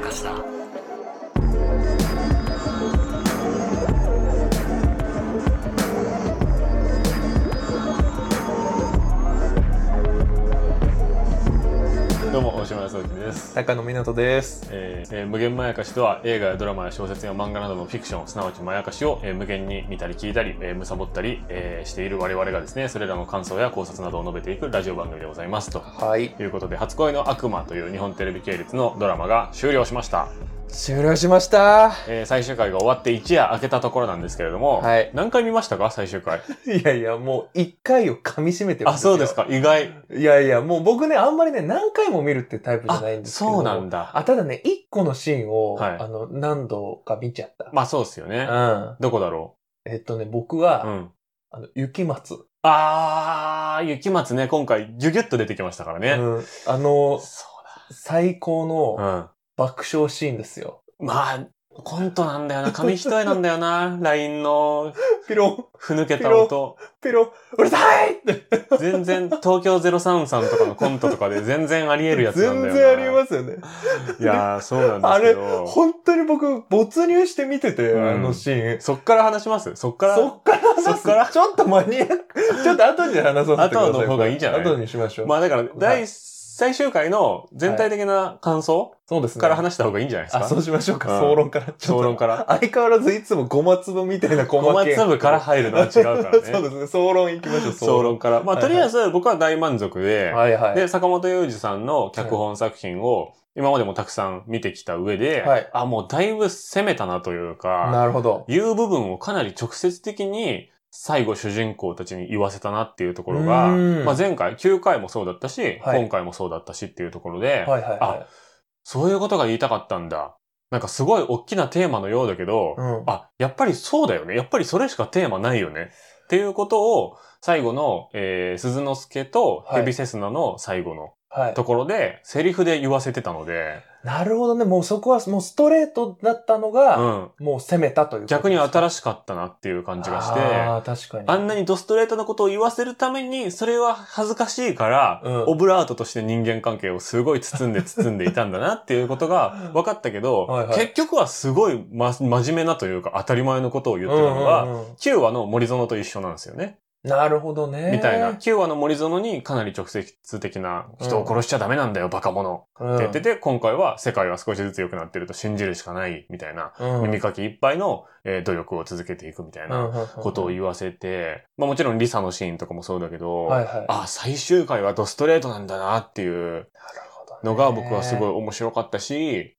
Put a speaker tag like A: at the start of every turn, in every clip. A: かしだ
B: どうも大島康之です、
C: 高野湊です。
B: えーえー無限まやかしとは映画やドラマや小説や漫画などのフィクションすなわちまやかしを、えー無限に見たり聞いたり、えー、貪ったり、えーしている我々がですねそれらの感想や考察などを述べていくラジオ番組でございますと
C: はい。
B: ということで「初恋の悪魔」という日本テレビ系列のドラマが終了しました、
C: 終了しました。
B: えー最終回が終わって一夜明けたところなんですけれども、
C: はい
B: 何回見ましたか最終回
C: いやいや、もう一回を噛み締めてるん
B: あそうです
C: か。
B: か意外
C: いやいや、もう僕ね、あんまりね、何回も見るってタイプじゃないんですけど。
B: そうなんだ
C: あ、ただね、一個のシーンを、
B: はい
C: あの、何度か見ちゃった。
B: まあそうですよね、どこだろ
C: うん。えっとね、僕
B: う
C: は、
B: うん
C: あの、雪松。
B: あー雪松ね今回ギュギュッと出てきましたからね、
C: うん。あの、
B: そ
C: 最高
B: うだ
C: の
B: うん
C: 爆笑シーンですよ。
B: まあ、コントなんだ よな。紙一重なんだよな。LINE の
C: ピロン、
B: ふぬけた音。
C: ピロン、うるさいって。
B: 全然、東京03さんとかのコントとかで全然あり得るやつなんだよな。
C: 全然ありますよね。
B: す。いやー、そうなんですけど。
C: 本当に僕、没入して見てて、
B: うん
C: あのシーン。
B: そっから話しますそっから。
C: そっから話す
B: そっから
C: ちょっとマニアック。ちょっと後に話そうってください。
B: 後の方がいいんじゃない
C: 後にしましょう。
B: まあだから、第、
C: は
B: 最終回の全体的な感想
C: そうですね。
B: から話した方がいいんじゃないですか、
C: あ、そうしましょうか。
B: うん
C: 総論から。
B: 総論から。
C: ら。相変わらずいつもごま粒みたいな細
B: 小
C: けい。
B: 松粒から入るのは違うからね
C: そうですね。 総論いきましょう。
B: 総論から。まあ、とりあえず僕は大満足で、
C: はいはい。
B: で、坂本雄二さんの脚本作品を今までもたくさん見てきた上で、
C: はい
B: あ、もうだいぶ攻めたなというか、
C: なるほど。
B: いう部分をかなり直接的に最後主人公たちに言わせたなっていうところ
C: う
B: が、
C: ーん
B: まあ、前回9回もそうだったし、
C: はい
B: 今回もそうだったしっていうところで、
C: はいはいは
B: そういうことが言いたかったんだ。なんかすごい大きなテーマのようだけど、
C: い。うん。
B: あ、やっぱりそうだよね。やっぱりそれしかテーマないよね。っていうことを、最後の、えー、鈴之助とヘビセスナの最後の
C: はい。
B: ところで、セリフで言わせてたので、
C: なるほどね。もうそこはもうストレートだったの
B: う
C: が、
B: ん。
C: もう攻めたということですか。
B: 逆に新
C: しい
B: しかったなっていう感じがして、
C: ああ、確かに。
B: あんなにドストレートなことを言わせるために、それは恥ずかしいから、
C: うん
B: オブラートとして人間関係をすごい包んで包んでいたんだなっていうことが分かったけど、
C: はいはい
B: 結局はすごい、ま、真面目なというか当たり前のことを言ってたの
C: う
B: が、
C: んうんうん
B: キュ9話の森園と一緒なんですよね。
C: なるほどね。
B: みたいな。9話の森園にかなり直接的な人を殺しちゃダメなんだよ、バカ者。
C: うん。
B: って言ってて、今回は世界は少しずつ良くなってると信じるしかないみたいな、
C: うん
B: 耳かきいっぱいの、えー努力を続けていくみたいなことを
C: 言
B: 言わせて、まあもちろんリサのシーンとかもそうだけど、
C: はいはい。
B: あ、最終回はドストレートなんだなっていう
C: なるほどね
B: のが僕はすごい。面白かったし、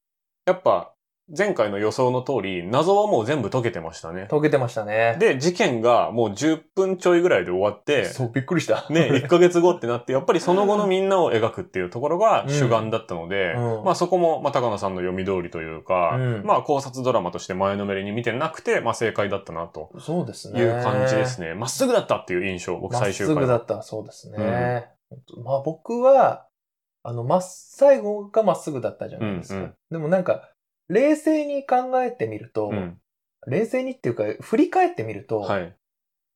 B: やっぱ前回の予想の通り、謎はもう全部解けてましたね。
C: 溶けてましたね。
B: で、事件がもう10分ちょいぐらいで終わって、
C: そう、びっくりした。
B: ね、1ヶ月後ってなって、やっぱりその後のみんなを描くっていうところが主眼だったので、
C: うん
B: まあそこも、まあ高野さんの読み通りというか、
C: うん
B: まあ考察ドラマとして前のめりに見てなくて、まあ正解だったなと
C: そうですね。
B: いう感じですね。まっすぐだったっていう印象、僕
C: まっ
B: 最
C: す
B: 終回。
C: ぐだった、そうですね。まあ僕は、あの、まっ、最後がまっすぐだったじゃないです
B: うんう
C: か
B: ん。
C: でもなんか、冷静に考えてみると
B: う、ん。
C: 冷静にっていうか、振り返ってみると、
B: はい。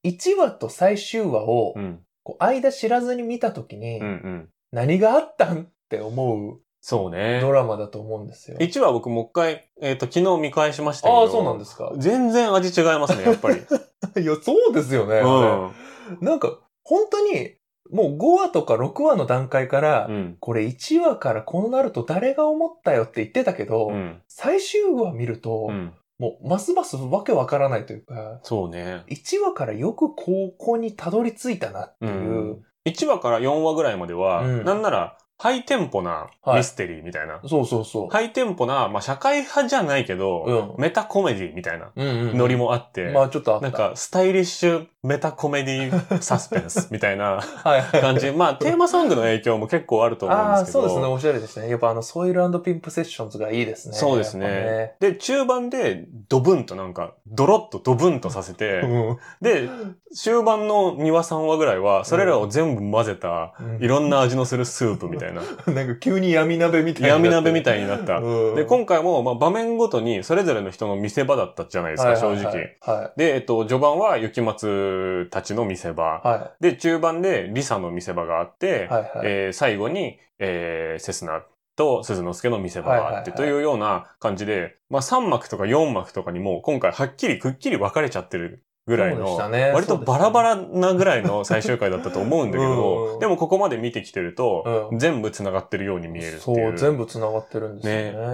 C: 1話と最終話を
B: う、ん。
C: こう間知らずに見たときに
B: うんう、ん。
C: 何があったんって思う
B: そうね
C: ド。ラマだと思うんですよ。
B: 1話僕もう一回、えっ、と、昨日見返しましたけど。
C: ああ、そうなんですか。
B: 全然味違いますね、やっぱり。
C: いや、そうですよね。
B: う
C: あれ
B: ん。
C: なんか、本当に、もう5話とか6話の段階から、
B: うん。
C: これ1話からこうなると誰が思ったよって言ってたけど、
B: うん。
C: 最終話見ると、
B: うん。
C: もうますますわけわからないというか、
B: そうね。
C: 1話からよくここにたどり着いたなっていう、
B: うん1話から4話ぐらいまでは、
C: うん
B: なんなら、ハイテンポなミステリーみたいな。
C: そうそうそう。
B: ハイテンポな、まあ、社会派じゃないけ
C: う
B: ど、
C: ん。
B: メタコメディみたいな
C: うんうん
B: ノリもあって、
C: まあちょっとあった。
B: なんか、スタイリッシュメタコメディサスペンスみたい な
C: はいはい
B: 感じ。まあ、テーマソングの影響も結構あると思うん
C: あ
B: で
C: あ、
B: すけど。
C: そうですね。おしゃれですね。やっぱあの、ソイルピンプセッションズがいいですね。
B: そうですねで、中盤でドブンとなんか、ドロッとドブンとさせ
C: やっぱ
B: て、
C: ね
B: で、終盤の2話3話ぐらいは、それらを全部混ぜた、
C: うん。
B: いろんな味のするスープみたいな。
C: うんなんか急に闇鍋みたいになって
B: 闇
C: る
B: 鍋みたいになった。
C: うん
B: で、今回も、まあ、場面ごとに、それぞれの人の見せ場だったじゃないですか、正直。。
C: は
B: で、えっと、序盤は雪松たちの見せ場。
C: い。は
B: で、中盤でリサの見せ場があって
C: い。、はい。はい。
B: えー最後に、えーセスナと鈴之助の見せ場があってと
C: はいはい
B: い
C: はい
B: うような感じで、まあ3幕とか4幕とかにも今回はっきりくっきり分かれちゃってるぐらい
C: そうでし
B: の、
C: たね
B: 割とバラバラなぐらいの最終回だったと思うんだけ
C: うんう
B: ど、
C: ん
B: でもここまで見てきてると、
C: うん
B: 全部繋がってるように見えるって
C: そ
B: いう。
C: う、全部繋がってるんですよね。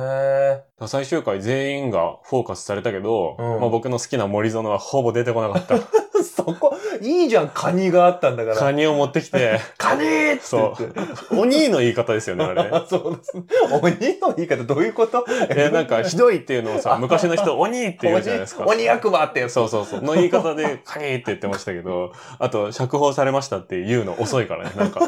B: 最終回全員がフォーカスされたけど、
C: うん
B: まあ僕の好きな森園はほぼ出てこなかった。
C: そこ、いいじゃん、カニがあったんだ から。
B: カニを持ってきて、
C: カニーって言
B: そ
C: って。
B: う。鬼の言い方ですよね、あれ。
C: そうですね。鬼の言い方どういうこと
B: え、なんか、ひどいっていうのを さ、昔の人、鬼って言うじゃないですか。
C: 鬼鬼悪魔ってやつ。
B: そうそうそう。の言い方で、カニーって言ってましたけど、あと、釈放されましたって言うの遅いからね。なんか、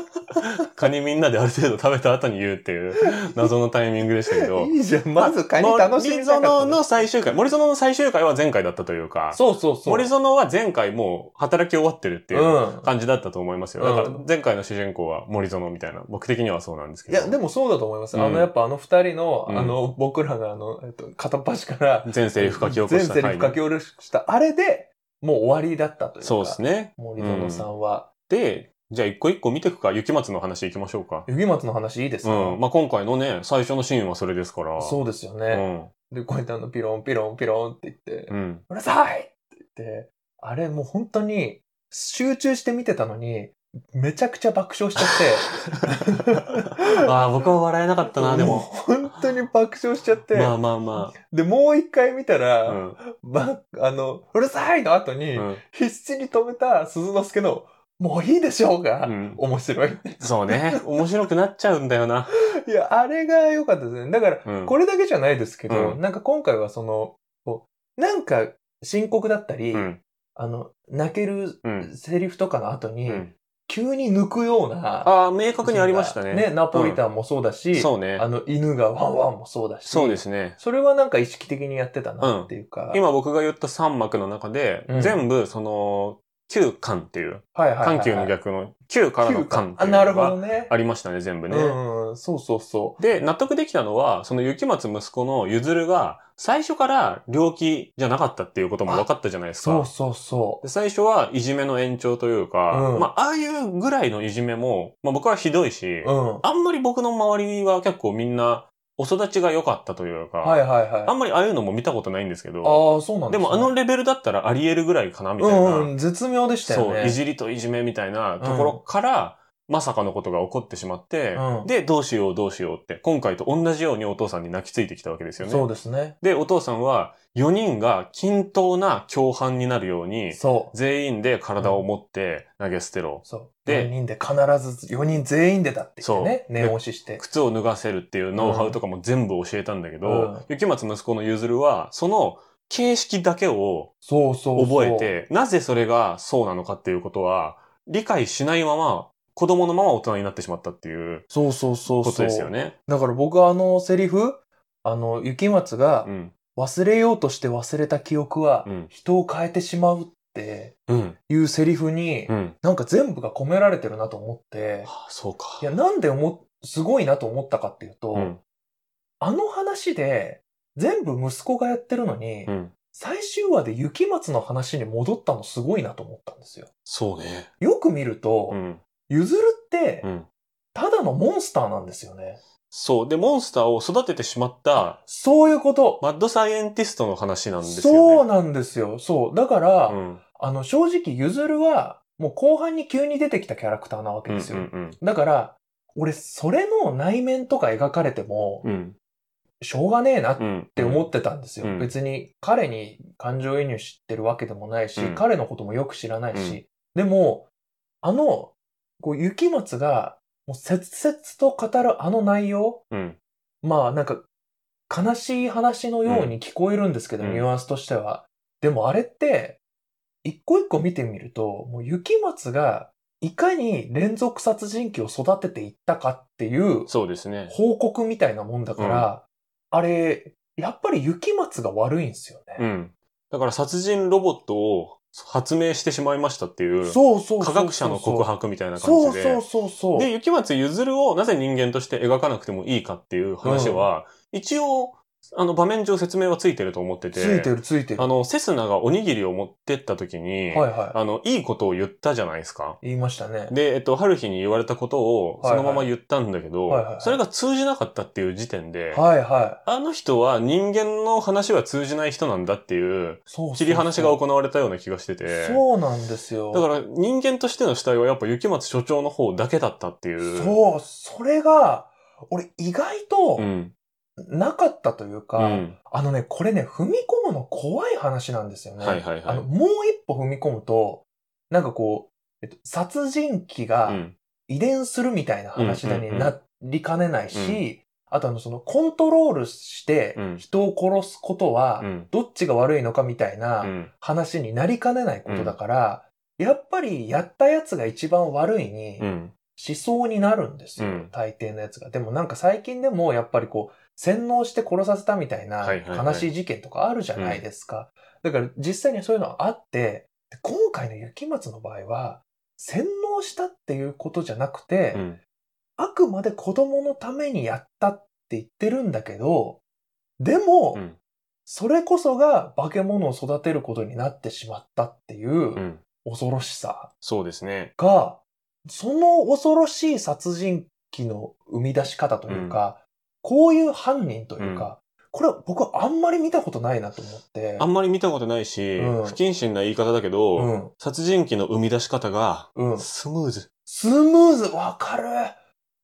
B: カニみんなである程度食べた後に言うっていう、謎のタイミングでしたけど。
C: いいじゃん。 まずカニ楽しみ
B: 森
C: たか
B: 園
C: った。
B: の最終回、森園の最終回は前回だったというか、
C: そうそうそう。
B: 森園は前回もう働き終わってるっていう
C: うん。
B: 感じだったと思いますよ。だから
C: うん
B: 前回の主人公は森園みたいな、僕的にはそうなんですけ
C: い
B: ど。
C: や、でもそうだと思います。
B: うん
C: あの、やっぱあの二人の、
B: うん
C: あの、僕らがあの、えっと、片っ端から、
B: 全セリフ書き起こした
C: 全セリ
B: 回
C: フ書き下ろした、あれで、もう終わりだったというか。
B: そうですね。
C: 森園さんは。
B: で、じゃあ一個一個見ていくか、雪松の話いきましょうか。
C: 雪松の話いいですか
B: うん。まあ、今回のね、最初のシーンはそれですから。
C: そうですよ
B: う
C: ね。で、こうやってあの、ピロンピロンピロンって言って、
B: ん。 うん。
C: うるさいって言って、あれもう本当に集中して見てたのに、めちゃくちゃ爆笑しちゃ って。
B: ああ、僕は笑えなかったな、でも。
C: う本当に爆笑しちゃって。
B: まあまあま
C: で、もう一回見た
B: あ。う
C: ら、
B: ん。
C: ばあの、うるさいの後に、
B: うん
C: 必死に止めた鈴之助の、もういいでしょうが、
B: うん
C: 面白い。
B: そうね。面白くなっちゃうんだよな。
C: いや、あれが良かったですね。だから、
B: うん。
C: これだけじゃないですけど、
B: うん
C: なんか今回はその、こうなんか深刻だったり、
B: うん。
C: あの、泣ける
B: うん。
C: セリフとかの後に、
B: うん。
C: 急に抜くような。
B: ああ、明確にありましたね。
C: ね、ナポリタンもそうだし、
B: そうね。
C: あの、犬がワンワンもそうだし。
B: そうですね。
C: それはなんか意識的にやってたなっていうか。
B: 今僕が言った3幕の中で、
C: うん
B: 全部その、旧巻っていう、
C: はいはいはい、はい。
B: 緩急の逆の、旧からの巻って
C: あ、
B: いう
C: なる
B: の
C: ほど
B: が
C: ね。
B: ありましたね、全部ね。
C: うんうん、そうそうそ
B: で、納得できたのは、その雪松息子のゆずるが、最初から猟奇じゃなかったっていうことも分かったじゃないで
C: う。
B: す
C: そう
B: か。
C: そうそ
B: で最初はいじめの延長というか、
C: うん
B: まあ、ああいうぐらいのいじめも、まあ僕はひどいし、
C: う。うん。は
B: あんまり僕の周りは結構みんな、お育ちが良かったというか、
C: いはいはい。
B: あんまりああいうのも見たことないんですけど、
C: ああ、そうなん
B: で
C: ですね
B: もあのレベルだったらあり得るぐらいかなみたいな、
C: うんうん、絶妙でしたよね。
B: そう、いじりといじめみたいなところから、まさかのことが起こってしまって、
C: うん
B: で、どうしようどうしようって、今回と同じようにお父さんに泣きついてきたわけですよね。
C: そうですね。
B: で、お父さんは4人が均等な共犯になるように、
C: そう。
B: 全員で体を持って投げ捨てろ。
C: そう。
B: で
C: 4人で必ず、4人全員でだって言ってね、
B: そう
C: 念押しして。
B: 靴を脱がせるっていうノウハウとかも全部教えたんだけど、
C: うん
B: 雪松息子のゆずるは、その形式だけを
C: そうそうそう。
B: 覚えて、なぜそれがそうなのかっていうことは、理解しないまま、子供のまま大人になってしまったっていう
C: そうそうそう
B: こと
C: そう。
B: ですよね。
C: だから僕はあのセリフ、あの、雪松が
B: う、ん。
C: 忘れようとして忘れた記憶は
B: う、ん。
C: 人を変えてしまうって
B: うん。
C: いうセリフに
B: う、ん。
C: なんか全部が込められてるなと思って、
B: はあ、そうか。
C: いや、なんで思っ、すごいなと思ったかっていうと、
B: うん。
C: あの話で、全部息子がやってるのに、
B: うん。
C: 最終話で雪松の話に戻ったのすごいなと思ったんですよ。
B: そうね。
C: よく見ると、
B: うん。
C: ゆずるって
B: う、ん。
C: ただのモンスターなんですよね。
B: そう。で、モンスターを育ててしまった、
C: そういうこと。
B: マッドサイエンティストの話なんですよね。
C: そうなんですよ。そう。だから、
B: うん。
C: あの、正直、ゆずるは、もう後半に急に出てきたキャラクターなわけ
B: うん。
C: です
B: う
C: よ。
B: ん。
C: だから、俺、それの内面とか描かれても、
B: うん。
C: しょうがねえなっ
B: うん。って
C: 思ってたんですよ。
B: うん
C: 別に、彼に感情移入してるわけでもないし、
B: うん
C: 彼のこともよく知らないし、でも、あの、こう、雪松が、もう、切々と語るあの内容、
B: うん。
C: まあなんか悲しい話のように聞こえるんですけど、
B: うん
C: ニュアンスとしては。でもあれって、一個一個見てみると、もう雪松がいかに連続殺人鬼を育てていったかっていう
B: そうですね。
C: 報告みたいなもんだから、あれ、やっぱり雪松が悪いんですよ
B: う
C: ね。
B: ん。だから殺人ロボットを発明してしまいましたっていう、
C: そうそうそうそう。
B: 科学者の告白みたいな感じ
C: そう
B: で。
C: そうそうそう。
B: で、雪松ゆずるをなぜ人間として描かなくてもいいかっていう話は、一応、あの、場面上説明はついてると思って
C: つ
B: て。
C: いてるついてる。
B: あ
C: は
B: の、セスナがおにぎりを持ってった時に、
C: いはい。
B: あの、いいことを言ったじゃないですか。
C: 言いましたね。
B: で、えっと、春日に言われたことをそ
C: はいはい
B: のまま言ったんだけど、
C: はいはいはい
B: それが通じなかったっていう時点で、
C: はいはい。
B: あの人は人間の話は通じない人なんだっていう、
C: そうそうそう
B: 切り離しが行われたような気がしてて、
C: そうなんですよ。
B: だから人間としての主体はやっぱ雪松所長の方だけだったっていう。
C: そう、それが、俺意外と
B: うん。
C: なかったという
B: う
C: か、
B: ん。
C: あのね、これね、踏み込むの怖い話なんですよね。
B: はいはいはい
C: あの、もう一歩踏み込むと、なんかこう、えっと、殺人鬼
B: う
C: が
B: ん。
C: 遺伝するみたいな話だ
B: うんうんう
C: に
B: ん
C: なりかねない
B: う
C: し、
B: ん
C: あとあの、その、コントロールして
B: うん
C: 人を殺すことは
B: う、ん。
C: どっちが悪いのかみたいな、
B: うん
C: 話になりかねないことだから、やっぱりやったやつが一番悪いに
B: う、ん。
C: 思想になるんですよ、
B: うん
C: 大抵のやつが。でもなんか最近でもやっぱりこう、洗脳して殺させたみたいな
B: はいはいはい
C: 悲しい事件とかあるじゃないですか。だから実際にそういうのあって、で今回の雪松の場合は、洗脳したっていうことじゃなくて、
B: うん。
C: あくまで子供のためにやったって言ってるんだけど、でも、
B: うん。
C: それこそが化け物を育てることになってしまったっていううん恐ろしさ
B: そうですね。
C: が、その恐ろしい殺人鬼の生み出し方というか、こういう犯人というか、これ僕はあんまり見たことないなと思って。
B: あんまり見たことないし、
C: うん
B: 不謹慎な言い方だけど、
C: うん、
B: 殺人鬼の生み出し方が、
C: うん。
B: スムーズ。
C: スムーズ、わかる。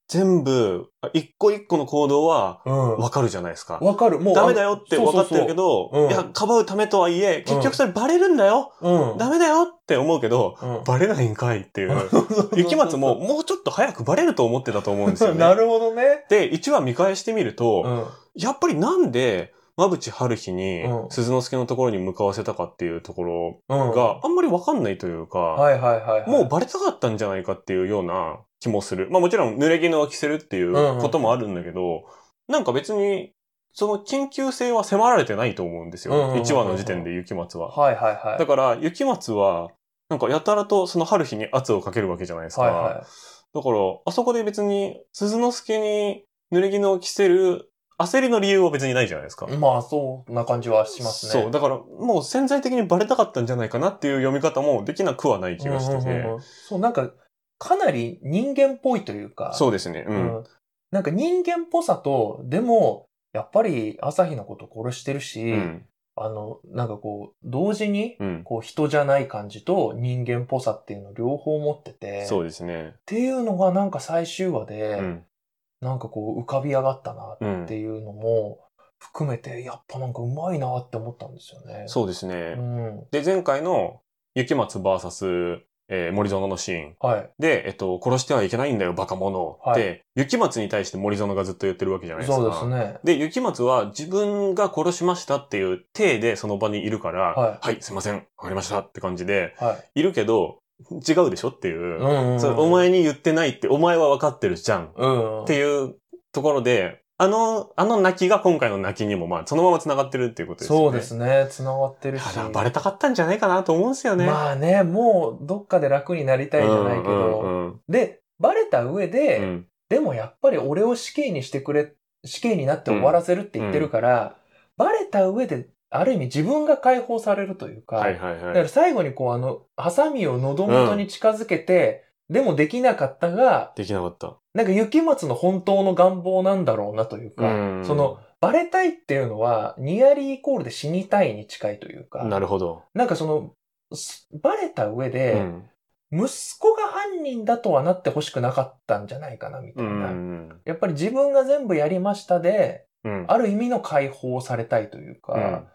B: 全部、あ一個一個の行動は
C: うん。
B: わかるじゃないですか。
C: わかる。もう、
B: ダメだよって
C: そう
B: 分
C: そ
B: か
C: う
B: っ
C: そ
B: て
C: う
B: るけど、
C: うん
B: いや、かばうためとはいえ、結局それバレるんだよ、
C: うん。
B: ダメだよって思うけど、
C: うん
B: バレないんかいっていう。 雪松ももうちょっと早くバレると思ってたと思うんですよ
C: な
B: ね。
C: るほどね。
B: で、1話見返してみる
C: う
B: と、
C: ん。
B: やっぱりなんで、馬淵春日に
C: うん
B: 鈴之助のところに向かわせたかっていうとこ
C: うん。
B: ろがあんまりわかんないというか、
C: はいはいはいはい。
B: もうバレたかったんじゃないかっていうような気もする。まあもちろん濡れ衣を着せるっていうこともあるんだけど、なんか別に、その緊急性は迫られてないと思うんですよ。
C: うんうんうんうん
B: 1話の時点で雪松は。
C: はいはいはい。
B: だから雪松は、なんかやたらとその春日に圧をかけるわけじゃないですか。
C: はいは
B: だから、あそこで別に鈴之助に濡れ衣を着せる焦りの理由は別にないじゃないですか。
C: い。まあ、そんな感じはしますね。
B: そう。だから、もう潜在的にバレたかったんじゃないかなっていう読み方もできなくはない気がしてて。
C: うんうんうんうんそう、なんか、かなり人間っぽいというか。
B: そうですね。
C: う
B: うん
C: ん。なんか人間っぽさと、でも、やっぱり朝日のこと殺してるし、
B: うん
C: あの、なんかこう、同時に、
B: うん
C: こう、人じゃない感じと人間っぽさっていうのを両方持ってて、
B: そう
C: っ
B: ですね。
C: ていうのがなんか最終話
B: う
C: で、
B: ん。
C: なんかこう、浮かび上がったな
B: う
C: って
B: ん。
C: いうのも含めて、やっぱなんかうまいなって思ったんですよね。
B: そうです
C: う
B: ね。
C: ん。
B: で、前回の雪松 VS、えー森園のシーン
C: はい。
B: で、えっと、殺してはいけないんだよ、バカ者。
C: はい
B: で、雪松に対して森園がずっと言ってるわけじゃないですか。
C: そうですね。
B: で、雪松は自分が殺しましたっていう体でその場にいるから、
C: は
B: すいません、わかりましたって感じで、
C: はい。
B: いるけど、違うでしょっていう。
C: ん
B: それお前に言ってないって、お前は分かってるじゃん。
C: うん。
B: っていうところで、あの、あの泣きが今回の泣きにも、まあ、そのまま繋がってるっていうことですよね。
C: そうですね。繋がってるし。
B: ただバレたかったんじゃないかなと思うんですよね。
C: まあね、もうどっかで楽になりたいじゃないけど。
B: うんうん
C: で、バレた上で、
B: うんうん
C: でもやっぱり俺を死刑にしてくれ、死刑になって終わらせるって言ってるから、バレた上で、ある意味自分が解放されるというか、
B: はいはい
C: だ
B: は
C: か
B: い
C: ら。最後にこうあの、ハサミを喉元に近づけて、でもできなかったが、
B: できなかった。
C: なんか雪松の本当の願望なんだろうなというか、
B: うん
C: その、バレたいっていうのは、ニアリーイコールで死にたいに近いというか、
B: なるほど。
C: なんかその、すバレた上
B: う
C: で、
B: ん。
C: 息子が犯人だとはなってほしくなかったんじゃないかな、みた
B: う
C: いな。
B: ん。
C: やっぱり自分が全部やりましたで、
B: うん。
C: ある意味の解放をされたいというか、
B: うん
C: っ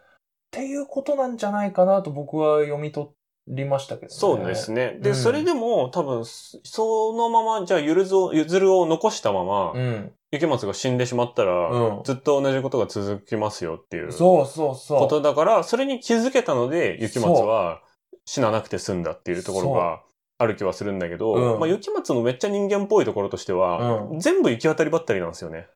C: ていうことなんじゃないかなと僕は読み取りましたけどね。
B: そうですね。で、
C: うん
B: それでも多分、そのまま、じゃあ、ゆるずを、ゆずるを残したまま、
C: うん。
B: 雪松が死んでしまった
C: う
B: ら、
C: ん。
B: ずっと同じことが続きますよっていうこ
C: そうそうそう。
B: とだから、それに気づけたので、雪松は死ななくて済んだっていうところがある気はするんだけど、
C: うん
B: まあ、雪松のめっちゃ人間っぽいところとしては、
C: う
B: 全部行き当たりばったりなんですよね。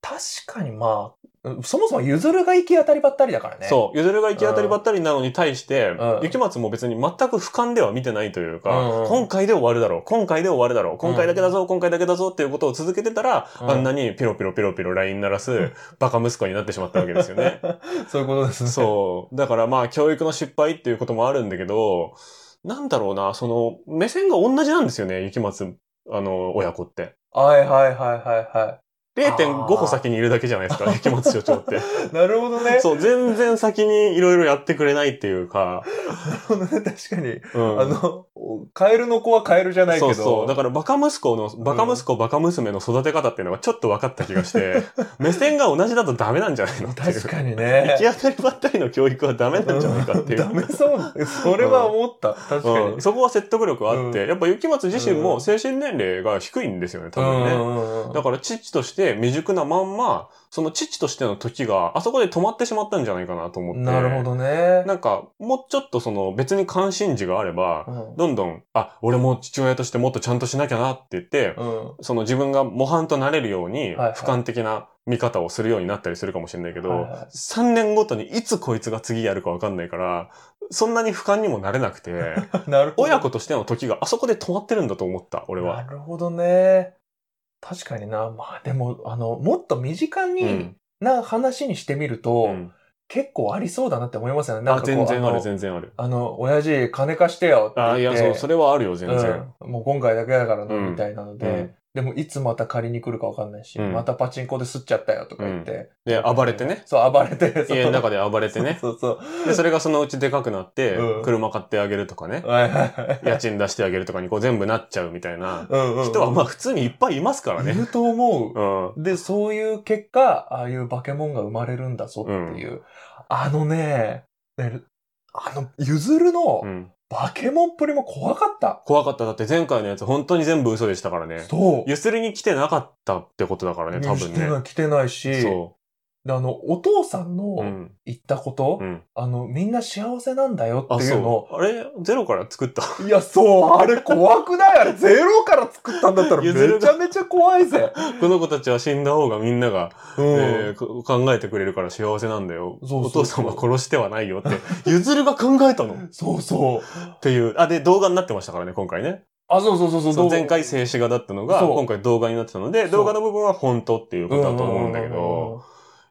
C: 確かにまあ、うんそもそもゆずるが行き当たりばったりだからね。
B: そう。ゆずるが行き当たりばったりなのに対して、
C: うん
B: 雪松も別に全く俯瞰では見てないというか、
C: うん
B: 今回で終わるだろう、今回で終わるだろう、今回だけだぞ、今回だけだぞっていうことを続けてたら、
C: うん
B: あんなにピロピロピロピロライン鳴らすバカ息子になってしまったわけですよ ね。
C: そういうことですね。
B: そう。だからまあ、教育の失敗っていうこともあるんだけど、なんだろうな、その、目線が同じなんですよね、雪松、あの、親子って。
C: はいはいはいはいは
B: 0.5歩先にいるだけじゃないですか、雪松所長って。
C: い。なるほど ね。
B: そう、全然先にいろいろやってくれないっていうか。
C: なるほどね。 確かに。
B: うん、
C: あの、カエルの子はカエルじゃないけ
B: そ
C: ど。
B: うそう。だから、バカ息子の、バカ息子、バカ娘の育て方っていうのがちょっと分かった気がして、 目線が同じだとダメなんじゃないのっていう。
C: 確か
B: に。
C: に
B: 行
C: ね。
B: き当たりばったりの教育はダメなんじゃないかっていう。
C: ダメそう。それは思った。確かに。
B: うん、そこは説得力あって、
C: う
B: やっぱ雪松自身
C: う
B: も
C: ん
B: 精神年齢が低いんですよね、多
C: うん
B: 分
C: う
B: ね。
C: んうん
B: だから、父として未熟なまんま、その父としての時があそこで止まってしまったんじゃないかなと思って。
C: なるほどね。
B: なんか、もうちょっとその別に関心事があれば、
C: うん
B: どんどん、あ、俺も父親としてもっとちゃんとしなきゃなって言って、
C: うん
B: その自分が模範となれるように、
C: いはい
B: 俯瞰的な見方をするようになったりするかもしれないけど、
C: はいはい
B: 3年ごとにいつこいつが次やるかわかんないから、そんなに俯瞰にもなれなくて、
C: なるほど。
B: 親子としての時があそこで止まってるんだと思った、俺
C: な
B: は。
C: るほどね。確かにな。まあでも、あの、もっと身近
B: う
C: に
B: ん。
C: な話にしてみると、
B: うん
C: 結構ありそうだなって思いますよね。なん
B: あ、
C: かこう
B: 全然あ
C: の
B: る、全然ある。
C: あの、親父、金貸してよって言っ
B: あ、
C: て。
B: いや、そう、それはあるよ、全然。
C: うん、もう今回だけだからな、
B: うん
C: みたいなので、
B: うん
C: でもいつまた借りに来るかわかんないし、
B: うん
C: またパチンコで吸っちゃったよとか言って。
B: で、暴れてね。
C: そう、暴れて。そう
B: 家の中で暴れてね。
C: そうそう
B: で、それがそのうちでかくなって
C: うん、
B: 車買ってあげるとかね
C: そう。。はいはいはい。
B: 家賃出してあげるとかにこう全部なっちゃうみたいな
C: うんうん、
B: 人はまあ普通にいっぱいいますから
C: い
B: ね。
C: ると思う
B: う。ん。
C: で、そういう結果、ああいう化け物が生まれるんだぞっていう。あのね、ねあの、ゆずるの
B: うん。
C: 化け物っぷりも怖かった。
B: 怖かった。だって前回のやつ本当に全部嘘でしたからね。
C: そう。
B: ゆすりに来てなかったってことだからね、多分
C: 来てな
B: ね。
C: い、来てないし、
B: そ
C: であの、お父さ
B: う。
C: ん
B: う
C: の
B: ん。
C: 言ったこと、
B: うん。
C: あの、みんな幸せなんだよっ
B: あ、
C: ていうのを
B: そう。あれゼロから作った。
C: いや、そう、あれ怖くないあれ、ゼロから作ったんだったらめ
B: ゆずる
C: ち
B: が
C: ゃめちゃ怖いぜ。
B: この子たちは死んだ方がみんなが、
C: うん
B: えーこ考えてくれるから幸せなんだよ。
C: そうそう
B: お父さんは殺しては ないよって。ゆずるが考えたのっ
C: そうそう。
B: ていう。あ、で、動画になってましたからね、今回ね。
C: あ、そうそうそうそう。
B: その
C: どう
B: 前回静止画だったのが、
C: そう
B: 今回動画になってたので、
C: そう
B: 動画の部分は本当っていうことだと思うんだけど、。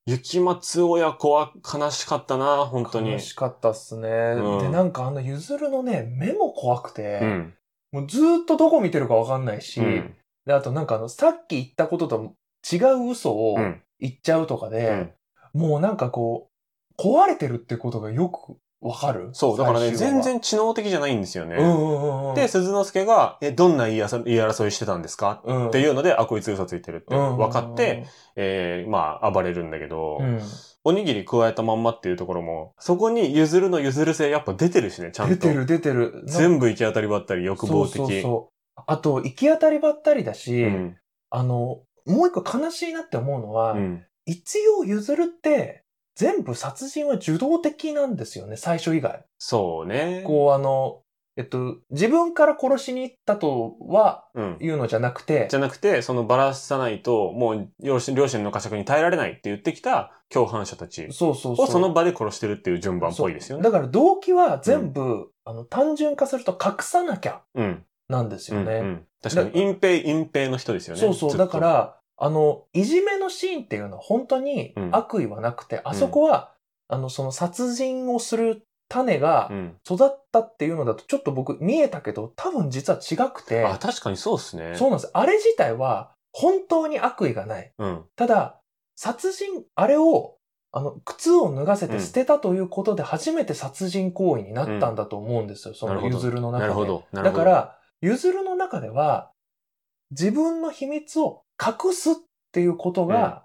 B: 雪松親子は悲しかったな、本当
C: うんうんう
B: に
C: んうん悲。しかったっすね。
B: うん
C: で、なんかあの、ゆずるのね、目も怖く
B: う
C: て、
B: ん。
C: もうずーっとどこ見てるかわかんないし、
B: うん。
C: で、あとなんかあの、さっき言ったことと違う嘘を
B: うん。
C: 言っちゃうとか
B: う
C: で
B: ん、
C: もうなんかこう、壊れてるってことがよくわかる。
B: そう、だからね、
C: 最終話
B: 全
C: は
B: 然知能的じゃないんですよ
C: うん
B: ね。
C: うんうん。
B: で、、鈴之助が、え、どんな言いあさ言い争いしてたんですか
C: うん、
B: っていうので、あ、こいつ嘘ついてるって分かって、、えーまあ、暴れるんだけど
C: う、ん、
B: おにぎり加えたまんまっていうところも、そこに譲るの譲る性やっぱ出てるしね、ちゃ
C: 出
B: んと
C: て。る出てる。
B: 全部行き当たりばったり、欲望的。
C: そうそうそう。あと、行き当たりばったりだし、
B: うん。
C: あの、もう一個悲しいなって思うのは、
B: うん。
C: 一応譲るって、全部殺人は受動的なんですよね、最初以外。
B: そうね。
C: こう、あの、えっと、自分から殺しに行ったとは
B: うん。
C: 言うのじゃなくて
B: じ、ゃなくて、そのバラさないと、もう両親両親の呵責に耐えられないって言ってきた共犯者たち
C: そうそうそう。
B: をその場で殺してるっていう順番っぽいですよね。
C: そうだから動機は全部、あの、単純化すると隠さなきゃ
B: うん。
C: なんです
B: う
C: よ
B: ん。
C: ね。
B: うん確かに、隠蔽、隠蔽の人ですよね。
C: そうそ
B: ずっ
C: う。
B: と
C: だか、ら、あの、いじめのシーンっていうのは本当に
B: うん
C: 悪意はなくて、あそこは、あの、その殺人をする種が
B: うん。
C: 育ったっていうのだとちょっと僕見えたけど、多分実は違くて、
B: あ、確かにそうですね。
C: そうなんです。あれ自体は本当に悪意がない。
B: うん。
C: ただ、殺人、あれを、あの、靴を脱がせて捨てたということで初めて殺人行為になったんだと思うんですよ。そ
B: なる
C: の
B: ほど
C: ゆずるの中
B: な
C: で。
B: るほど。なる
C: だ
B: ほ
C: か
B: ど。、
C: ら、ゆずるの中では、自分の秘密を隠すっていうことが、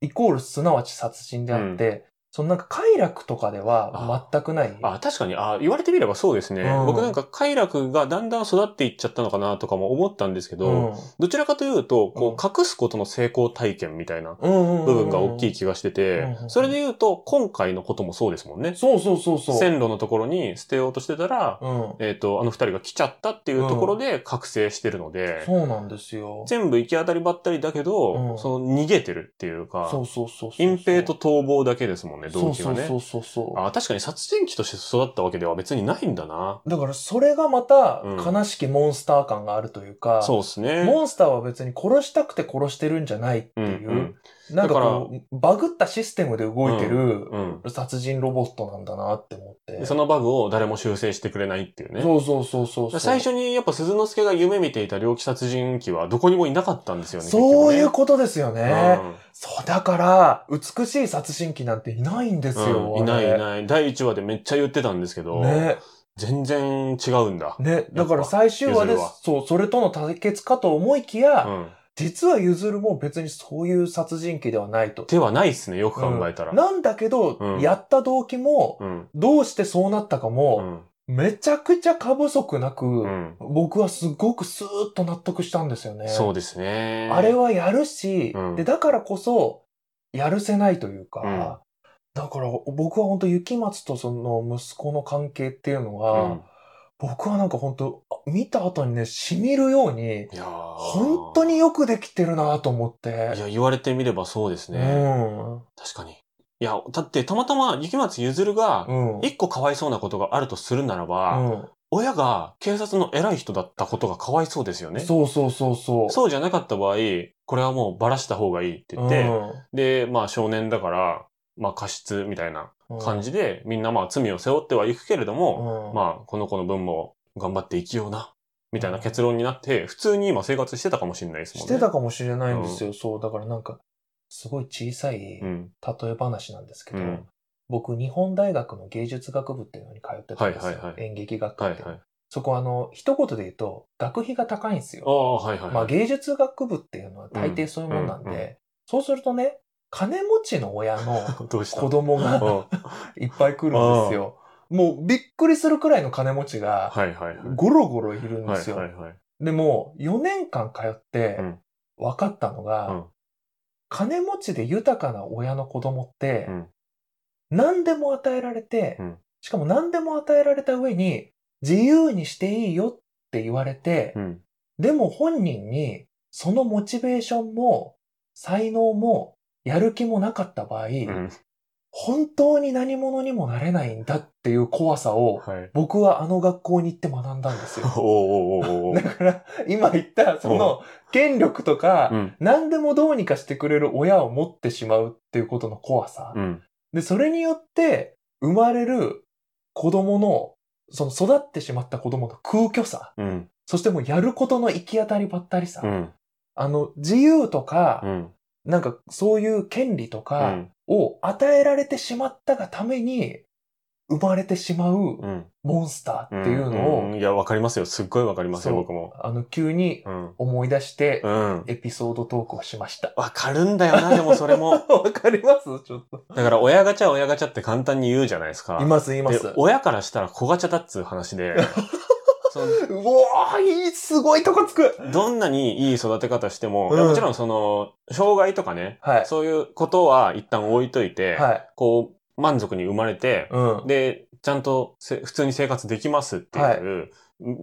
C: イコールすなわち殺人であって、そのなんか快楽とかでは全くない。
B: あ、確かに、あ、言われてみればそうですね。
C: うん
B: 僕なんか快楽がだんだん育っていっちゃったのかなとかも思ったんですけど、
C: うん
B: どちらかというと、こ
C: う
B: う、隠すことの成功体験みたいな
C: 部
B: 部分が大きい気がして
C: うん
B: て
C: うんう、ん
B: それで言うと、今回のこともそうですもんね。
C: そうそうそうそう。
B: 線路のところに捨てようとしてたら、
C: うん。
B: えっ、と、あの二人が来ちゃったっていうところで覚醒してるので、
C: そうなんですよ。
B: 全部行き当たりばったりだけど、
C: うん
B: その逃げてるっていうか、
C: そうそうそうそう。
B: 隠蔽と逃亡だけですもんね、動機がね。
C: そうそうそうそうそ
B: あ確かに殺人鬼として育ったわけでは別にないんだな。
C: う。だからそれがまた
B: うん
C: 悲しきモンスター感があるというか、
B: そうですね。
C: モンスターは別に殺したくて殺してるんじゃないって
B: う
C: いう、
B: ん
C: なんかこう、バグったシステムで動いてる
B: うんうん
C: 殺人ロボットなんだなって思っ
B: で
C: て。
B: そのバグを誰も修正してくれないっていうね。
C: そうそうそうそうそう。
B: 最初にやっぱ鈴之助が夢見ていた猟奇殺人鬼はどこにもいなかったんですよね。
C: そういう
B: こ
C: ことですよね。
B: と
C: そう、だから、美しい殺人鬼なんていないんですよ。
B: いないい
C: あ
B: ない。第1話でめっちゃ言ってたんですけど、
C: れね。
B: 全然違うんだ。
C: ね。だから最終話で
B: 譲るわ、
C: そう、それとの対決かと思いき
B: う
C: や、
B: ん。
C: 実はゆずるも別にそういう殺人鬼ではないと。
B: 手はないっすね、よく考えたら。うん。
C: なんだけど、
B: うん
C: やった動機も、
B: うん。
C: どうしてそうなったか
B: う
C: も、
B: ん。
C: めちゃくちゃ過不足なく、
B: うん
C: 僕はすごくスーッと納得したんですよね。
B: そうですね。
C: あれはやるし、
B: うん
C: で、だからこそ、やるせないというか、
B: うん
C: だから僕は本当雪松とその息子の関係っていうの
B: う
C: は、
B: ん、
C: 僕はなんか本当あ見た後にね、染みるように、
B: いやー
C: 本当によくできてるなと思って
B: い。や、言われてみればそうです
C: う
B: ね。
C: ん。
B: 確かに。いや、だってたまたま雪松ゆずるが、
C: うん。
B: 一個かわいそうなことがあるとするならば、親が警察の偉い人だったことがかわいそうですよ
C: うん、
B: ね。
C: そうそうそうそう。
B: そうじゃなかった場合、これはもうバラした方がいいって言って、で、まあ少年だから、まあ過失みたいな
C: うん
B: 感じで、みんなまあ罪を背負ってはいくけれども、
C: うん
B: まあこの子の分も頑張って生きような、みたいな結論になって、普通に今生活してたかもしれないですもん
C: し
B: ね。
C: てたかもしれないんですよ。そう、だからなんか、すごい小さい例
B: うん。
C: え話なんですけど、
B: うん
C: 僕、日本大学の芸術学部っていうのに通ってたんですよ。
B: はいはいは
C: 演劇学科
B: はい
C: って。
B: はい。
C: そこ、あの、一言で言うと、学費が高いんですよ
B: あ。あ、はいはい。
C: まあ、芸術学部っていうのは大抵そういうもんなんで、
B: うんうんう
C: そうするとね、金持ちの 親の
B: どうした
C: 子供が
B: うん
C: いっぱい来るんですよ。もうびっくりするくらいの金持ちが
B: はいはいはい。
C: ゴロゴロいるんですよ。
B: はいはいはい。
C: でも、4年間通って
B: うん
C: 分かったのが、
B: うん
C: 金持ちで豊かな親の子供って、
B: うん
C: 何でも与えられて、
B: うん
C: しかも何でも与えられた上に、自由にしていいよって言われて、
B: うん。
C: でも本人にそのモチベーションも才能もやる気もなかった場合、
B: うん。
C: 本当に何者にもなれないんだっていう怖さを
B: はい。
C: 僕はあの学校に行って学んだんで すよ。
B: おーおーおーお
C: だ
B: ー
C: から今言ったその権力と
B: う
C: か
B: ん。
C: 何でもどうにかしてくれる親を持ってしまうっていうことの怖さ
B: う。ん。
C: で、それによって生まれる子供のその育ってしまった子供の空虚さ。
B: うん。
C: そしてもうやることの行き当たりばったりさ。
B: うん。
C: あの、自由と
B: う
C: か、
B: ん。
C: なんかそういう権利と
B: う
C: か
B: ん。
C: を与えられてしまったがために生まれてしまう
B: うん。
C: モンスターっていうのを、
B: んんいや、わかりますよ。すっごいわかりますよ、
C: そう
B: 僕も。
C: あの、急に
B: うん。
C: 思い出して
B: う、ん。
C: エピソードトークをしました。
B: わかるんだよな、でもそれも。
C: わかりますちょっと。
B: だから、親ガチャ、親ガチャって簡単に言うじゃないですか。
C: います、いま。
B: です親からしたら子ガチャだっつう話 で。その
C: うおー、いい、すごいとこつく
B: どんなにいい育て方しても、
C: うん
B: いやもちろんその、障害とかね、
C: はい。
B: そういうことは一旦置いといて、
C: はい。
B: こう、満足に生まれて、
C: うん。
B: で、ちゃんとせ普通に生活できますっていう、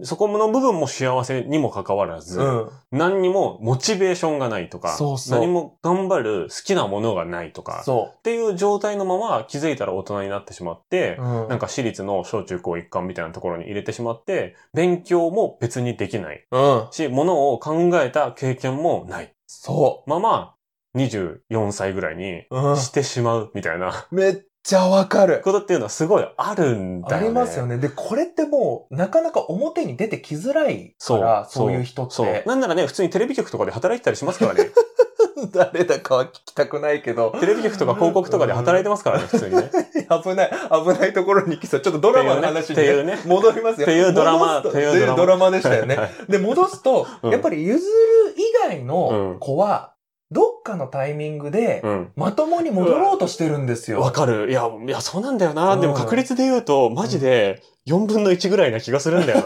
B: そこの部分も幸せにもかかわらず、
C: うん。
B: 何にもモチベーションがないとか、
C: そうそう
B: 何も頑張る好きなものがないとか、っ
C: そ
B: ていう状態のまま気づいたら大人になってしまって
C: う。、うん。
B: なん
C: か、
B: か私立の小中高一貫みたいなところに入れてしまって、勉強も別にできない
C: うん。
B: し、ものを考えた経験もない
C: そ
B: まま、24歳ぐらいに
C: う。うん。
B: してしまうみたいな
C: めっちゃわかる。
B: ことっていうのはすごいあるんだ
C: あ
B: よね。
C: りますよね。で、これってもう、なかなか表に出てきづらいから、そういう人って。
B: そう。なんならね、普通にテレビ局とかで働いてたりしますからね。
C: 誰だかは聞きたくないけど、
B: テレビ局とか広告とかで働いてますからね、普通にね。って
C: 危ない、危ない ところに来そう。ちょっとドラマの話に、
B: っていう
C: ね、
B: ね。
C: 戻りますよ。
B: っていうドラマ
C: 戻す
B: っていうドラマ
C: とラマでしたよね
B: は。い
C: で、戻すと、
B: うん
C: やっぱり譲る以外の子は、どっっかのタイミングで、
B: うん。
C: まともに戻ろうとしてるんです
B: わ
C: よ。
B: かる。いや、いや、そうなんだよな。
C: うん
B: でも確率で言うと、マジで4分の1ぐらいな気がするんだよ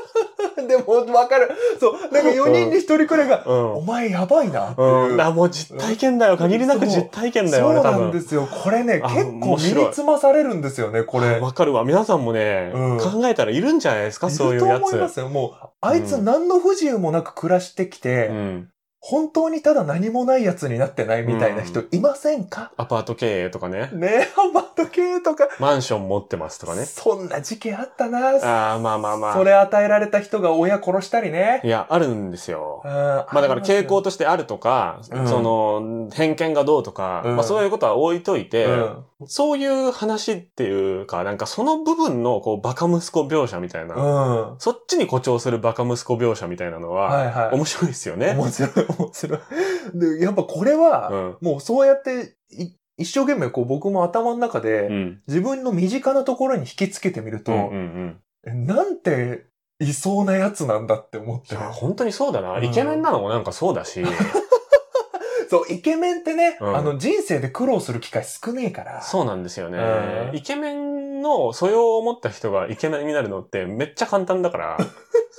C: でも、わかる。そう。なんか4人に1人くらい
B: な。
C: が、
B: うん
C: お。前やばいなっていう。
B: うん、だからもう実体験だよ。限りなく実体験だよ、
C: そう
B: 俺多
C: なんで
B: 分。
C: すよ。これね、
B: あ
C: 結構
B: 面
C: 身
B: 白い
C: につまされるんですよね、これ。
B: わかるわ。皆さんもね、
C: うん
B: 考えたらいるんじゃないですか、そういう
C: る
B: や
C: と思いま
B: つ。
C: すよ。もう、あいつ
B: うん
C: 何の不自由もなく暮らしてきて、
B: うん。
C: 本当にただ何もないやつになってないみたいな人いませんか、
B: アパート経営とかね、
C: ねハンバート系とか、
B: マンション持ってますとかね。
C: そんな事件あったな
B: ああ、まあまあまあ。
C: それ与えられた人が親殺したりね。
B: いや、あるんですよ。
C: ま
B: まあだから傾向としてあるとか、
C: うん
B: その、偏見がどうとか、
C: うん
B: まあそういうことは置いといて、
C: うん
B: そういう話っていうか、なんかその部分のこうバカ息子描写みたいな、
C: うん。
B: そっちに誇張するバカ息子描写みたいなのは、
C: はいはい
B: 面白いですよね。
C: 面白い、面白い。で、やっぱこれは、
B: うん。
C: もうそうやってい、一生懸命こう僕も頭の中で、
B: うん。
C: 自分の身近なところに引きつけてみると、
B: うんうんうん。
C: えなんていそうなやつなんだって思っ
B: い
C: て
B: や、本当にそうだな。
C: うん
B: イケメンなのもなんかそうだし、
C: そう、イケメンってね、
B: うん
C: あの人生で苦労する機会少ねえから。
B: そうなんですよね。
C: うん
B: イケメンの素養を持った人がイケメンになるのってめっちゃ簡単だ から、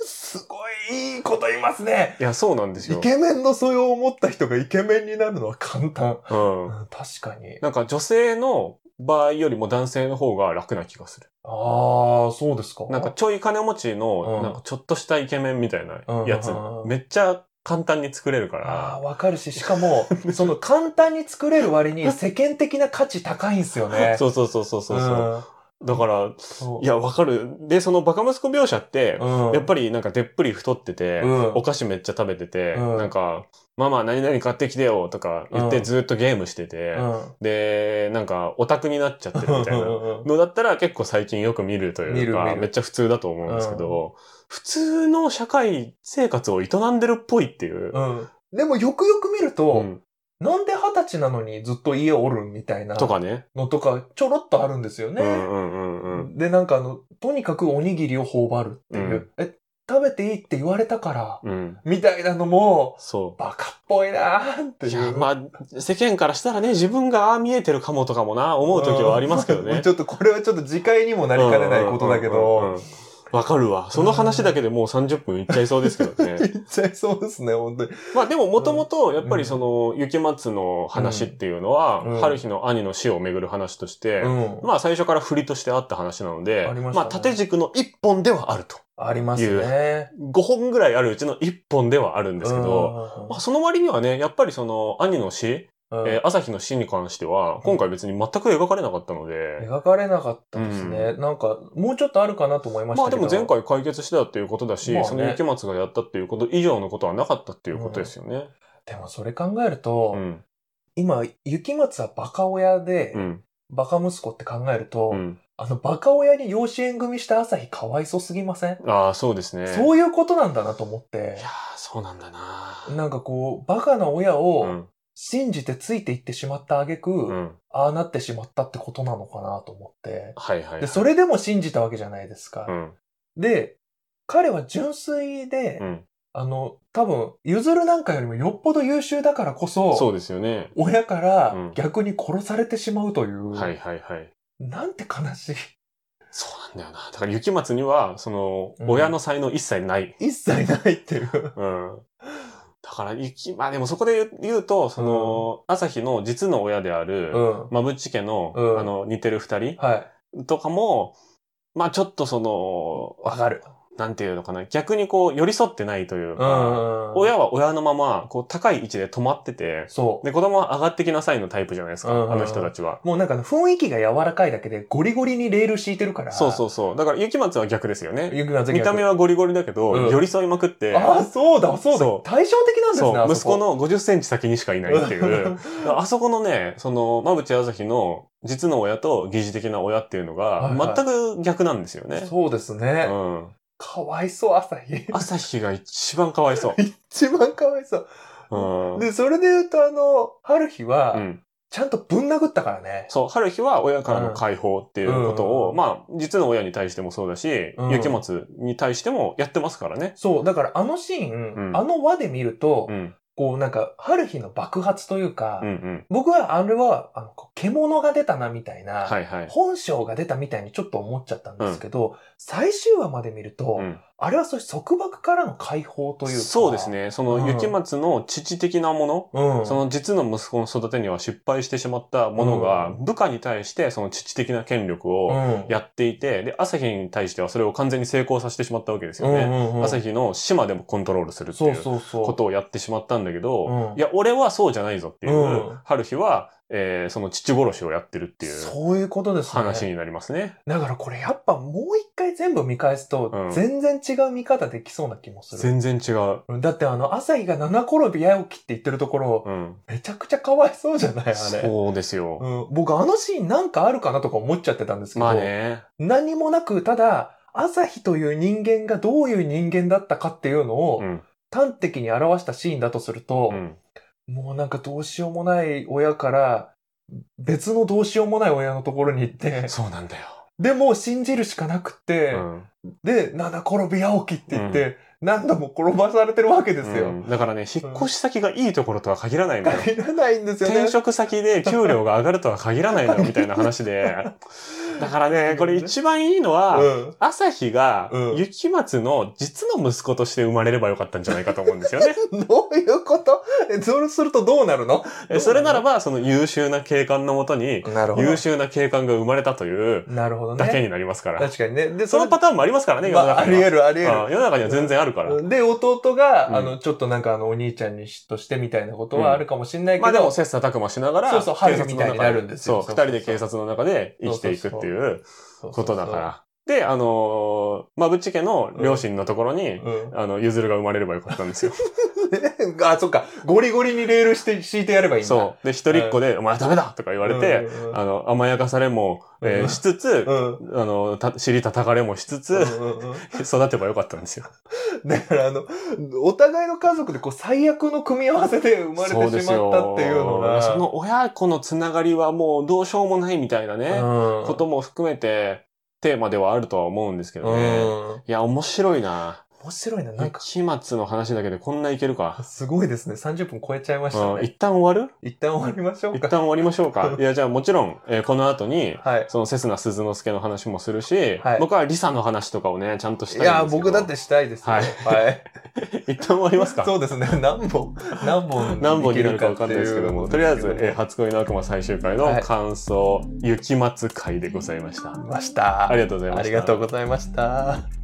C: すごいいいこと言いますね。
B: いや、そうなんです
C: イ
B: よ。
C: ケメンの素養を持った人がイケメンになるのは簡単。
B: うん
C: う。ん、確かに。
B: なんか女性の場合よりも男性の方が楽な気がする。
C: ああ、そうですか。
B: なんか、ちょい金持ち
C: う
B: の、
C: ん
B: なんかちょっとしたイケメンみたいなやつ
C: うんうんう、ん
B: めっちゃ簡単に作れるか
C: あ
B: ら。
C: あ、わかるし、し かも、その簡単に作れる割に世間的な価値高いんすよね。
B: そうそうそうそうそう。う
C: うん
B: だから、
C: そう
B: いや、わかる。で、そのバカ息子描写って、
C: うん
B: やっぱりなんかでっぷり太ってて、
C: うん
B: お菓子めっちゃ食べてて、
C: うん
B: なんか、ママ何々買ってきてよとか言っ
C: う
B: て
C: ん
B: ずっとゲームしてて、
C: う
B: で、なんかオタクになっちゃってるみたいな。
C: ん。
B: のだったら結構最近よく見ると
C: 見
B: いう
C: る
B: か、
C: 見る
B: めっちゃ普通だと思うんですけど、普通の社会生活を営んでるっぽいっていう。
C: うん。でもよくよく見る
B: う
C: と、
B: ん
C: なんで二十歳なのにずっと家おるんみたいな
B: とかね。
C: のとかちょろっとあるんですよ
B: う
C: ね。
B: んうんうんうん。
C: で、なんかあの、とにかくおにぎりを頬張るっていう、え、食べていいって言われたから、
B: うん。
C: みたいなのも、
B: そ
C: バカっぽいなーっ
B: う。
C: てい。
B: いうや、まあ、世間からしたらね、自分がああ見えてるかもとかもな、思う時はありますけど
C: うん。
B: ね
C: ちょっとこれはちょっと次回にもなりかねないことだけ
B: うんうんうんう
C: ど、
B: ん。わかるわ。その話だけでもう30分いっちゃいそうですけどね。
C: 言っちゃいそうですね、本当に。
B: まあでももともと、やっぱりその、雪松の話っていうのは、
C: うん
B: 春日の兄の死をめぐる話として、
C: うん。
B: まあ最初から振りとしてあった話なので、
C: ありましたね
B: まあ縦軸の1本ではあると。
C: ありますね。
B: 5本ぐらいあるうちの1本ではあるんですけど、まあその割にはね、やっぱりその兄の死、
C: うん、うん
B: えー朝日の死に関しては、今回別に全く描かれなかったので、
C: 描かれなかったですね。なんか、もうちょっとあるかなと思いまし
B: ま
C: た
B: あ
C: け
B: で
C: ど。
B: も前回解決してたっていうことだし、
C: まあね
B: その雪松がやったっていうこと以上のことはなかったっていうことですよね。
C: でもそれ考えると、
B: うん。
C: 今、雪松はバカ親で、
B: うん。
C: バカ息子って考えると、
B: うん。
C: あの、バカ親に養子縁組した朝日かわいそうすぎません、
B: ああ、そうですね。い
C: そういうことなんだなと思って
B: や、ーそうなんだな
C: なんかこう、バカな親
B: う
C: を
B: ん。
C: 信じてついていってしまった挙句、
B: うん。
C: ああなってしまったってことなのかなと思って。
B: はいはい、はい。
C: で、それでも信じたわけじゃないですか。
B: うん。
C: で、彼は純粋で、
B: うん。
C: あの、多分、ゆずるなんかよりもよっぽど優秀だからこそ、
B: そうですよね。
C: 親か
B: う
C: ら
B: ん
C: 逆に殺されてしまうという、
B: はいはいはい。
C: なんて悲しい。
B: そうなんだよな。だから雪松には、その、
C: うん
B: 親の才能一切ない。
C: 一切ないっていう。
B: うん。だから、雪、まあでもそこで言う言うと、その、朝日の実の親である、
C: うん。は
B: まぶっち家の、
C: うん
B: あの、似てる二人
C: い。
B: とかも、まあちょっとその、
C: わかる。
B: なんていうのかな、逆にこう、寄り添ってないという
C: う
B: か、
C: ん。
B: 親は親のまま、こう、高い位置で止まってて、
C: そう。
B: で、子供は上がってきなさいのタイプじゃないですか、
C: うんうんうん
B: あの人たちは。
C: もうなんかあの雰囲気が柔らかいだけでゴリゴリにレール敷いてるから。
B: そうそうそう。だから、雪松は逆ですよね。
C: ゆきなぜ
B: 見た目はゴリゴリだけど、
C: うん
B: 寄り添いまくって、
C: ああ、そうだ、そう
B: そ
C: だ。対照的なんですね、
B: そう、
C: あ
B: 息
C: そこ
B: 子の50センチ先にしかいないっていう。
C: う
B: あそこのね、その、馬淵朝日の実の親と疑似的な親っていうのが
C: はいは、い
B: 全く逆なんですよね。
C: ん そうですね。
B: うん。
C: かわいそう、朝日。
B: 朝日が一番かわいそ
C: 一番かわいそう。
B: う。うん。
C: で、それで言うと、あの、春日
B: う
C: は、
B: ん、
C: ちゃんとぶん殴ったからね。
B: そう、春日は親からの解放っていうことを、
C: うん
B: まあ、実の親に対してもそうだし、
C: うん
B: 雪松に対してもやってますからね。
C: そう、だからあのシーン、
B: うん
C: あの輪で見ると、
B: うん。
C: こうなんか、春日の爆発というか、
B: うんうん。
C: 僕はあれは、あの、こう獣が出たなみたいな、
B: はいはい。
C: 本性が出たみたいにちょっと思っちゃったんですけど、最終話まで見ると、
B: うん
C: あれはそういう束縛からの解放というか。
B: そうです。ね。そ
C: うん
B: の、雪松の父的なもの、
C: うん。
B: その実の息子の育てには失敗してしまったものが、
C: う
B: 部下に対してその父的な権力を
C: うん、
B: やっていて、で、朝日に対してはそれを完全に成功させてしまったわけです
C: う
B: よ
C: んう
B: ね。
C: んうん、
B: 朝日の島でもコントロールするってい
C: そう
B: う
C: そうそう。
B: ことをやってしまったんだけど、
C: うん
B: いや、俺はそうじゃないぞっていう、
C: うん
B: 春日は、えーその父殺しをやってるっていう
C: そういうことですね。
B: 話になりますね。
C: だからこれやっぱもう一回全部見返すと
B: う、ん
C: 全然違う見方できそうな気もする。
B: 全然違う。
C: だってあの、朝日が七転び八起きって言ってるところ、
B: うん。
C: めちゃくちゃかわいそうじゃないあれ。
B: そうですよ。
C: うん、僕あのシーンなんかあるかなとか思っちゃってたんですけど、
B: まあね。
C: 何もなく、ただ、朝日という人間がどういう人間だったかっていうのを
B: うん。
C: 端的に表したシーンだとすると
B: う、ん。
C: もうなんかどうしようもない親から、別のどうしようもない親のところに 行って、
B: そうなんだよ。
C: でもう信じるしかなくって、
B: うん。
C: で、七転び八起きって言って、何度も転ばされてるわけですよ。
B: うんだからね、引っ越し先がいいところとは限らない のよ。
C: 限らないんですよね。
B: 転職先で給料が上がるとは限らないのよ、みたいな話 で。だからね、これ一番いいのは、
C: うん。
B: 朝日が
C: うん、
B: 雪松の実の息子として生まれればよかったんじゃないかと思うんですよね。
C: どういうこと えそうするとどうなるの
B: えそれならば、その優秀な警官のもとに、
C: なるほど
B: 優。秀な警官が生まれたという
C: なるほど
B: だけ
C: ね。
B: になりますから。
C: 確かにね。で、
B: そのパターンもありますからね、
C: ま
B: 世の
C: あ、あ
B: 中
C: り
B: には。
C: 得る、あり得
B: うん世の中には全然あるから。
C: る。で、弟が、
B: うん
C: あの、ちょっとなんかあの、お兄ちゃんに嫉妬してみたいなことはあるかもしれないけど、
B: まあでも、切磋琢磨しながら、
C: そうそう
B: 警察の中
C: 春日みたいになるんですよ
B: そう、
C: そう
B: 二
C: そう
B: 人で警察の中で生きていくっていう
C: そうそうそう
B: ことだか。ら。で、あのー、まぶち家の両親のところに、
C: うん。
B: あの、ゆずるが生まれればよかったん ですよ。
C: あ、そっか。ゴリゴリにレールして、敷いてやればいいんだ。
B: そう。で、一人っ子で、お前はダメだとか言われて、
C: うんうん
B: あの、甘やかされも、え
C: う
B: ー
C: ん
B: しつつ、
C: うん、うん。
B: あの、た尻叩かれもしつつ、
C: うんうんうん
B: 育てばよかったんですよ。
C: だからあの、お互いの家族でこう最悪の組み合わせで生ま
B: そう
C: れ
B: で
C: て
B: す
C: しまった
B: よ
C: っていうのが。
B: その親子のつながりはもうどうしようもないみたいなね、
C: うん
B: ことも含めて、テーマではあるとは思うんですけどね。
C: うん
B: いや、面白いな。
C: 面白いな。なんか、
B: 雪松の話だけでこんないけるか。
C: すごいですね。30分超えちゃいました
B: うん、
C: ね。
B: 一旦終わる
C: 一旦終わりましょう
B: 一
C: か。
B: 旦終わりましょう か。いや、じゃあもちろん、えーこの後に、
C: はい。
B: そのセスナ鈴之助の話もするし、
C: はい
B: 僕はリサの話とかをね、ちゃんとし
C: い
B: たい
C: や
B: ん
C: ー、
B: ですけど。
C: 僕だってしたいですよ。
B: は
C: はい い。
B: 一旦終わりますか
C: そうですね。何本、何本
B: 何本
C: いけ
B: になるか
C: っ
B: 分
C: て
B: か
C: うん
B: ないですけども、とりあえず、えー初恋の悪魔最終回の
C: はい
B: 感想、雪松会でございました。
C: ました。
B: ありがとうございました。
C: ありがとうございました。